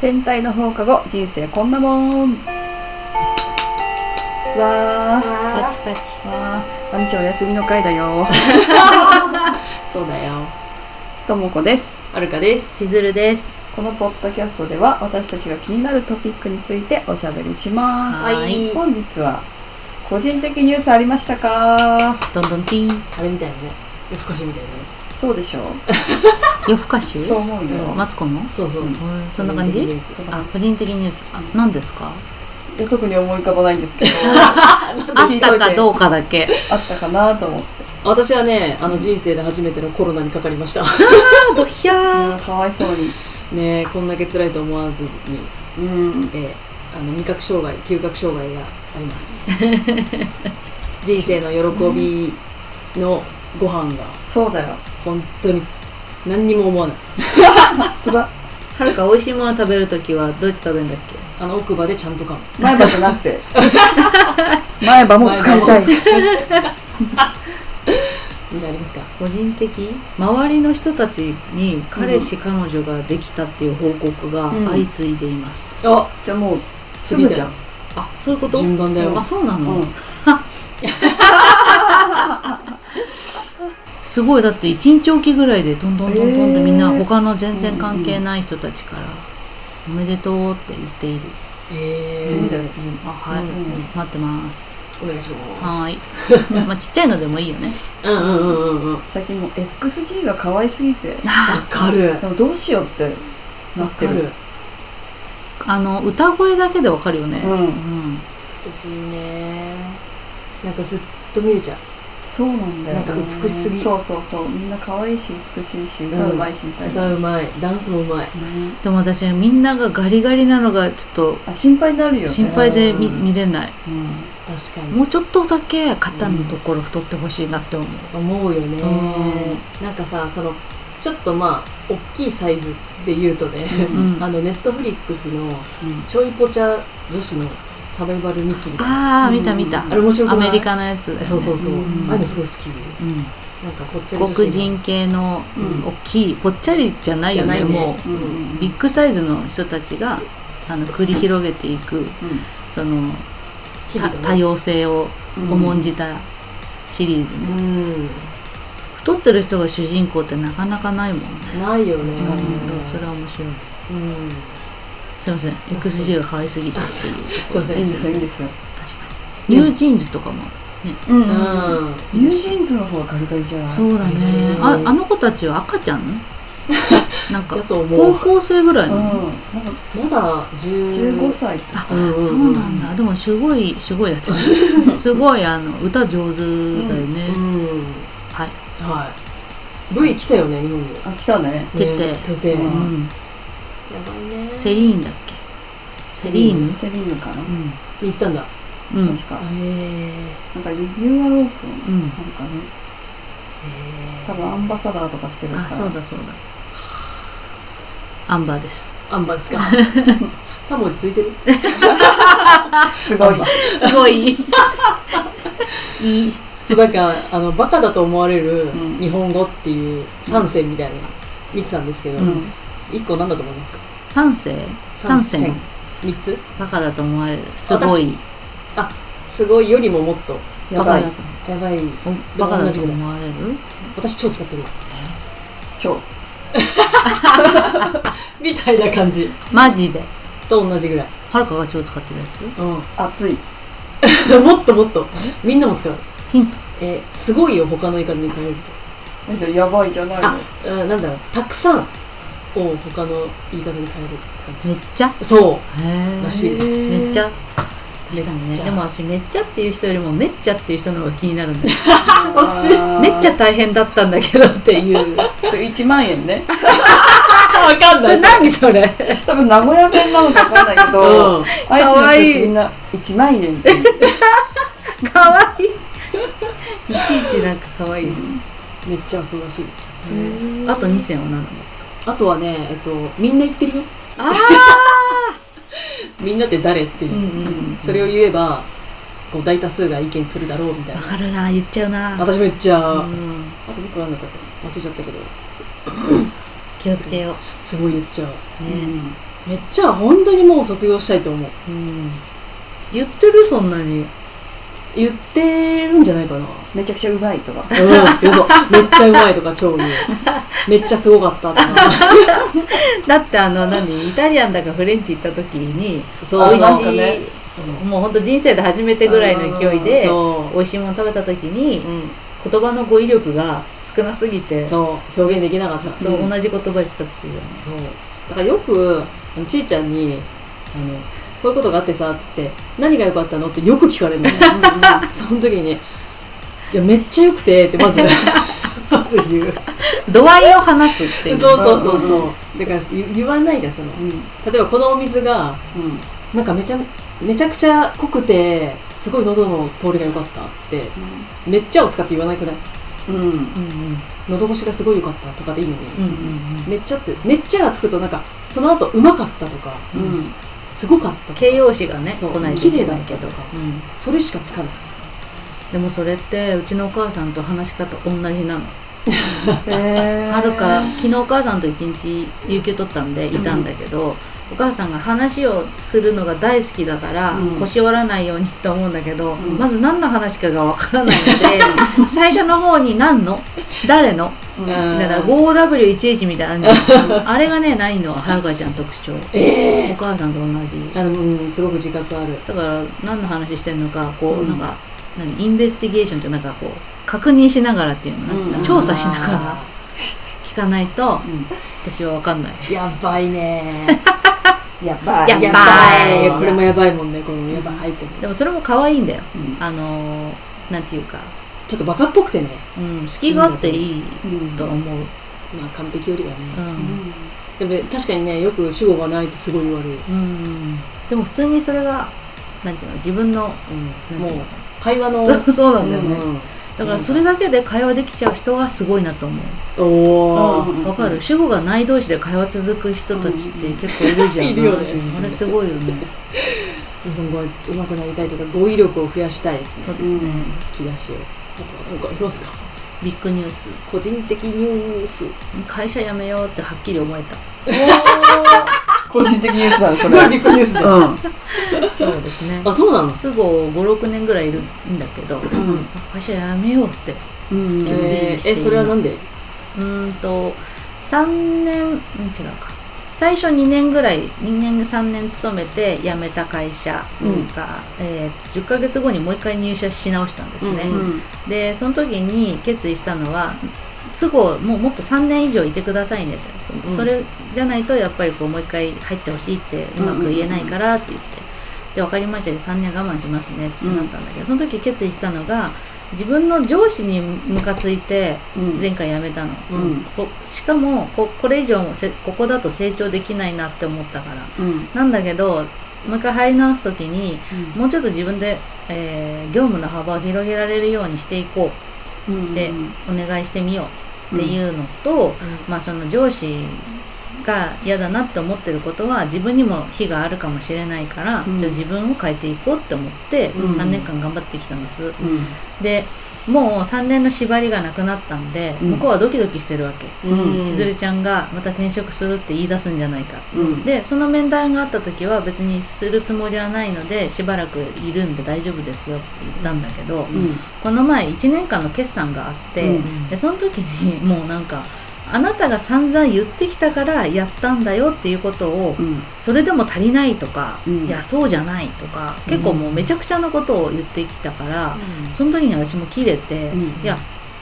天体の放課後人生こんなもんわーわパあチパチーまみちゃんお休みの回だよそうだよともこですはるかですしずるですこのポッドキャストでは私たちが気になるトピックについておしゃべりします、はい本日は個人的ニュースありましたかどんどんティーンあれみたいなね夜更かしみたいなねそうでしょ夜更かしうそう思うよ、マツコのそうそう、うんへえそんな感個人じ的ニュースそんなあ感個人的ニュースあ何です かじで特に思い浮かばないんですけど あっ聞いとたいてかどうかだ けあったかなと思って私はねあの人生で初めてのコロナにかかりましたあ ドヒャうんかわいそうにねえこんだけ辛いと思わずに、うんええあの味覚障害嗅覚障害があります 人生の喜びのご飯がそうだよ本当に何にも思わないつばはるか美味しいもの食べるときはどうやって食べるんだっあの奥歯でちゃんと噛む前歯じゃなく て前歯も使いたいみたいなありますかけ個人的周りの人たちに彼氏、彼女ができたっていう報告がうん相次いでいます、あじゃあもうすぐじゃんあそういうこと順番だよあそうなの、うん すごいだって1日おきぐらいでどんどんどんどんってみんなへー他の全然関係ない人たちから「おめでとう」って言っているええ罪だよ罪あはい、うんうんうん待ってますお願いしますはーいまあちっちゃいのでもいいよねうんうんうんうんうんわ最近もう XG が可愛すぎてかるでもどうしようってなわってかるるあの歌声だけでわかるよねうんん筋ねなんかずっと見れちゃうそうなんだよねなんか美しすぎそうそうそうみんな可愛いし美しいし歌うまいしみたいな、ね歌うまいダンスもうまいでも私みんながガリガリなのがちょっとあ心配になるよね心配で見うん見れないうん確かにもうちょっとだけ肩のところ太ってほしいなって思う、思うよねうなんかさそのちょっとまあ大きいサイズで言うとね、うんあのネットフリックスのうんちょいぽちゃ女子のサバイバル日記みたいなああ見た見た、うんあれ面白アくないメリカのやつだよねそうそうそう、うんああいうのすごい好きうんなんかこっちゃり女子黒人系のうん大きいぽっちゃりじゃないよねじゃないねもうんうんうビッグサイズの人たちがあの繰り広げていくその日た々のね多様性をうん重んじたシリーズね、うん太ってる人が主人公ってなかなかないもんねないよね確かにうんそれは面白いうんすいません XG が可愛すぎたあってそいううそうそういいんでそうすそよいいうんですよ確かにニュージーンズとかもうん、うんうんニュージーンズの方がガリガリじゃないそうだねうんああの子たちは赤ち ゃんなんかだと思高う校生ぐらいうんなんの、かまだ10 15歳とかあ、うんうんうんそうなんだでもすごいすごいやつすごいあの歌上手だよね、うんはい、はい。V 来たよね、日本に。あ来たね出てね出て。やううんん、ばいね。セリーンだっセリーヌセリーヌかなけうに行ったんだ。んうん確かえなんかリニューアルオープンうんなんかねえ多分アンバサダーとかしてるからあそうだそうだアンバーですアンバーですか。3文字ついてるすごいすごいいいそう、なんか、あの、バカだと思われるうん日本語っていう3選みたいなの見てたんですけど、うん1個なんだと思いますか三世三世。 3つバカだと思われるすごいすごいよりももっと。やバカばいだとやばい。おバカだと思われる私超使ってるわ。超みたいな感じ。マジでと同じぐらい。はるかが超使ってるやつう熱いん。 もっともっと。みんなも使う。ヒントえーすごいよ、他の言い方に変えると。えでもやばいじゃないのあうん、なんだろう、たくさんを他の言い方に変える感めっちゃじ。そへえらしいですめっちゃ確かにめっねちゃでも私めっちゃっていう人よりもめっちゃっていう人の方が気になるんだよあーそっちめっちゃ大変だったんだけどっていう と1万円ねう。わかんそれない。何それ多分名古屋弁なのか分かんないけど、うん愛知の人たかわいちいみんな1万円って言うかわいいいちいちなんかかわいいね、めっちゃそうらしいです。あと2選は何なんですかあとはね、えっと、みんな言ってるよ。あみんなって誰っていう。うんそれを言えば、こう大多数が意見するだろうみたいわな。かるな言っちゃうな私めっちゃ、うあんと僕はなんだったか忘れちゃったけど、気をつけよすごい言っちゃう。う、ねうんめっちゃ本当にもう卒業したいと思ううん、言ってるそんなに、うん、言ってるんじゃないかなめちゃくちゃうまいとか。うん、そうめっちゃうまいとか超言うめっちゃすごかったと かだってあの何イタリアンだかフレンチ行った時にそう美味なんしかい、ねもうほんと人生で初めてぐらいの勢いでそ美味しいもの食べた時にう、うん、言葉の語彙力が少なすぎてずっそう表現できなかったと同じ言葉で伝ってたじゃないそうだからよくあのちいちゃんにあの「こういうことがあってさ」っつって「何が良かったの?」ってよく聞かれる のねその時に「いやめっちゃ良くて」って まずまず言う度合いを話すっていうそうそうそうそうだから言言わないじゃんそのうん。例えばこのお水がうん。なんかめちゃめちゃくちゃ濃くてすごい喉の通りが良かったってめっちゃを使って言わなくないうん。うん。うんうん喉越しがすごい良かったとかでいいのに、うんうんめっちゃってめっちゃがつくとなんかその後うまかったとかうん。すごかったとか形容詞がね来そうないと綺いけ麗なだいったとかうんそれしかつかないでもそれってうちのお母さんと話し方同じなのへーはるか昨日お母さんと一日有給取ったんでいたんだけど、お母さんが話をするのが大好きだから、うん腰折らないようにって思うんだけど、んまず何の話かがわからないので最初の方に何の誰のうんだから 5W11 みたいなのあるじゃんあれがねないのははるかちゃん特徴、お母さんと同じあのうんすごく自覚あるだから何の話してるのかこう、うんなんか何インベスティゲーションってなんかこう確認しながらっていうのなんていうのうん調査しながら聞かないと私は分かんないやばいねやばい。 やばいやばいこれもやばいもんねこのやばいってねでもそれも可愛いんだよ、うんあのーなんていうか、ちょっとバカっぽくてねうん、隙があっていいうんと思う、まあ完璧よりはね、うんでも確かにねよく主語がないってすごい言われる、うんでも普通にそれがなんていうの自分のう、なんんてもういう会話の、の そうなんだよね、うんだからそれだけで会話できちゃう人はすごいなと思おー、うんうわかる主語がない同士で会話続く人たちって結構いるじゃんいるよねあれすごいよね日本語が上手くなりたいとか語彙力を増やしたいですねそうでうすね、ん。引き出しをあとはなんかありますかビッグニュース個人的ニュース会社辞めようってはっきり思えた個人的ニュースだね、そすれ。ごういビッグニュースじゃんん。そうですね あそうなのすぐ56年ぐらいいるんだけ ど、会社辞めようってうん。んえーえそれはなんでうーんと3年うん違うか最初2年ぐらい2年3年勤めて辞めた会社が、えー10ヶ月後にもう一回入社し直したんですね、うんうんでその時に決意したのは都合もうもっと3年以上いてくださいねってそ,、うんれじゃないとやっぱりこうもう一回入ってほしいってうまく言えないからって言って、で分かりましたで3年我慢しますねってなったんだけど、その時決意したのが自分の上司にムカついてうん前回辞めたの、うん。こしかもここれ以上もせここだと成長できないなって思ったからうん。なんだけどもう一回入り直す時にもうちょっと自分で、えー業務の幅を広げられるようにしていこうん。でうお願いしてみようっていうのと、まあその上司が嫌だなって思ってることは自分にも非があるかもしれないから、うんじゃあ自分を変えていこうって思ってうん3年間頑張ってきたんです、うん。でもう3年の縛りがなくなったんで、うん向こうはドキドキしてるわけ、うん千鶴ちゃんがまた転職するって言い出すんじゃないか、うんでその面談があった時は別にするつもりはないのでしばらくいるんで大丈夫ですよって言ったんだけど、うん。この前1年間の決算があって、うんうんでその時にもうなんかあなたが散々言ってきたからやったんだよっていうことを、うん。それでも足りないとか、うんいやそうじゃないとか結構もうめちゃくちゃなことを言ってきたから、うその時に私も切れて、うんいや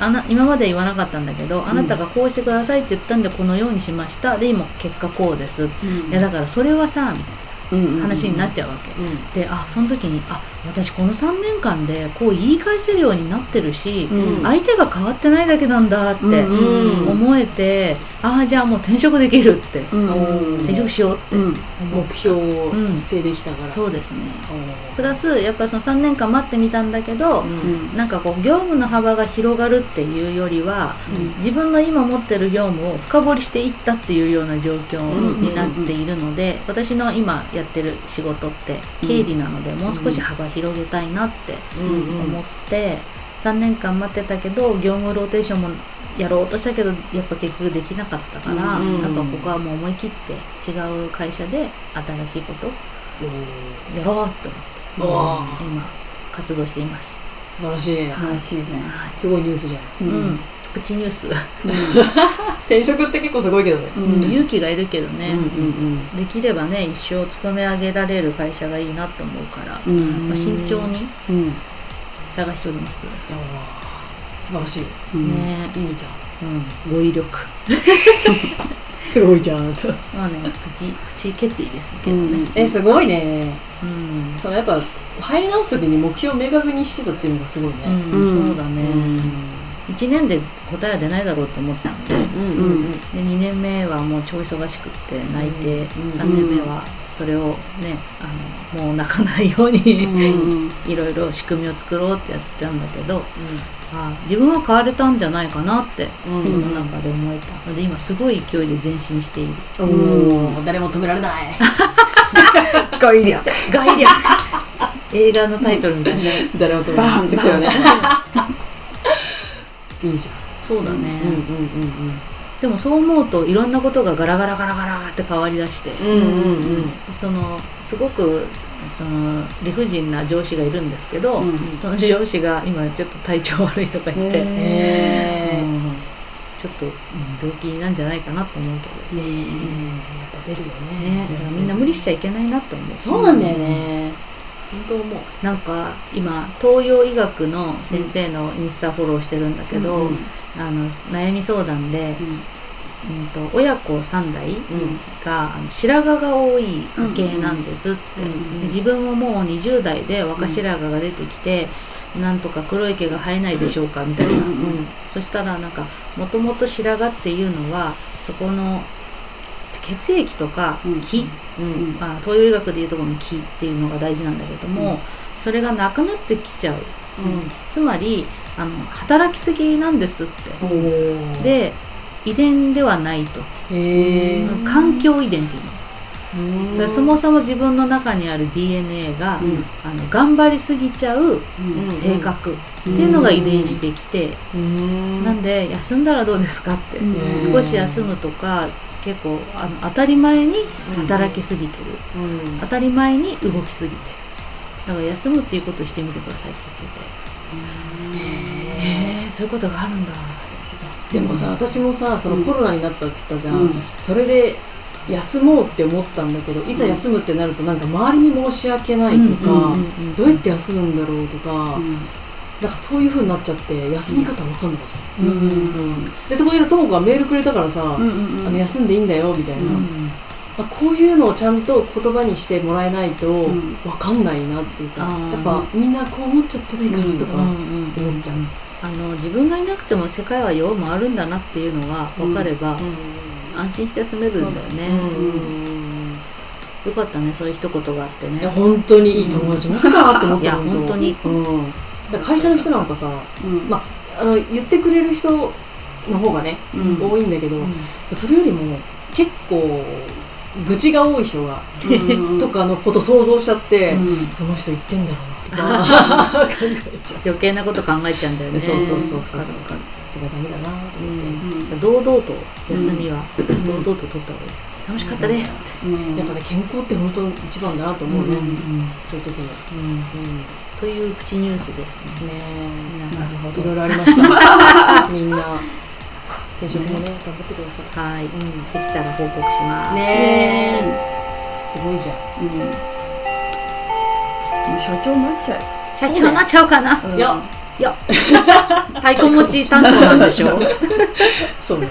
あな今まで言わなかったんだけど、あなたがこうしてくださいって言ったんでこのようにしましたで今結果こうです、いやだからそれはさみたいうんな話になっちゃうわけ、であその時にあ私この3年間でこう言い返せるようになってるし、うん相手が変わってないだけなんだってうんうん思えて、ああじゃあもう転職できるって、うんうん転職しようってうん。思う、目標を達成できたから、そうですねおプラスやっぱりその3年間待ってみたんだけど、ーうん。なんかこう業務の幅が広がるっていうよりは自分の今持ってる業務を深掘りしていったっていうような状況になっているので、私の今やってる仕事って経理なので、もう少し幅広げたいなってうんうん思って、3年間待ってたけど業務ローテーションもやろうとしたけどやっぱ結局できなかったから、うんやっぱここはもう思い切って違う会社で新しいことやろうとおお思って今活動しています、素晴らしい素晴らしいね。はいすごいニュースじゃんううんん、プチニュース、転職って結構すごいけどねうん勇気がいるけどうね、んできればね一生勤め上げられる会社がいいなと思うから、ううんんまあ慎重にうん探しております、ねお素晴らしいうんいいじゃんうん、語彙力すごいじゃんとまあねプチプチ決意ですけうどね、んえすごいねうんそのやっぱ入り直す時に目標を明確にしてたっていうのがすごいねうん、そうだうね、ん1年で答えは出ないだろうと思ってたんででうんうんうん2年目はもう超忙しくって泣いて、うん3年目はそれをねあのもう泣かないように、うんうん いろいろ仕組みを作ろうってやってたんだけどあ自分は変われたんじゃないかなってうん自分の中で思えたので今すごい勢いで前進しているおお誰も止められない語彙力外力映画のタイトルみたいな 誰も止められないバーンってきたよね。いいじ そうだね、ゃんうんうんうんうんでもそう思うといろんなことがガラガラガラガラって変わりだして、うんうんうんそのすごくその理不尽な上司がいるんですけど、うんその上司が今ちょっと体調悪いとか言って、へえうんちょっと、うん病気なんじゃないかなと思うけねえやっぱ出るよどねね、だからみんな無理しちゃいけないなと思うそうなんだよね本当思うなんか今東洋医学の先生のインスタフォローしてるんだけど、うんあの悩み相談で、うん、と親子3代があの白髪が多い家系なんですって、うんで自分ももう20代で若白髪が出てきて、なんとか黒い毛が生えないでしょうかみたいな、そしたらなんかもともと白髪っていうのはそこの血液とかうん気、うんうんまあ、東洋医学でいうとこの気っていうのが大事なんだけども、うんそれがなくなってきちゃうつまりあの働きすぎなんですっておおで遺伝ではないと、へえうん環境遺伝っていうのだからそもそも自分の中にある DNA が、うんあの頑張りすぎちゃううん性格っていうのが遺伝してきて、うんなんで休んだらどうですかって、うんね少し休むとか結構あの当たり前に働きすぎてる、うん当たり前に動きすぎてるだから休むっていうことをしてみてくださいって言っててへえそういうことがあるんだでもさ私もさそのコロナになったっつったじゃん、うんそれで休もうって思ったんだけどいざ休むってなるとなんか周りに申し訳ないとか、うんうんどうやって休むんだろうとか、なんかそういう風になっちゃって休み方わかんなかった、うんうんでそこにいるともこがメールくれたからさ、うんあの休んでいいんだよみたいな、うんまあ、こういうのをちゃんと言葉にしてもらえないとんわかんないなっていうか、あーやっぱみんなこう思っちゃってないかなとうんかうん思っちゃう、あの自分がいなくても世界はよう回るんだなっていうのが分かれば、安心して住めるんだよね、うんよかったねそういう一言があってねいや本当にいい友達持ってたなって思っいやた本当にうん、だから会社の人なんかさうんまあの言ってくれる人の方がね、うん多いんだけど、うんそれよりも結構愚痴が多い人が、うんとかのこと想像しちゃって、うんその人言ってんだろうなとか考えちゃう余計なこと考えちゃうんだよねそうそうそうそうわかるわかるだからダメだなと思って、うん堂々と休みは、堂々と取った方がいい楽しかったですって、うんやっぱね健康って本当一番だなと思うね、そういう時に、うんというプチニュースですねね皆さんえいろいろありましたみんな転職もね頑張ってくださいはい、うんできたら報告しますねえすごいじゃんうんもう社長になっちゃえ社長になっちゃおうかなうんいや いや太鼓持ち担当なんでしょそうなの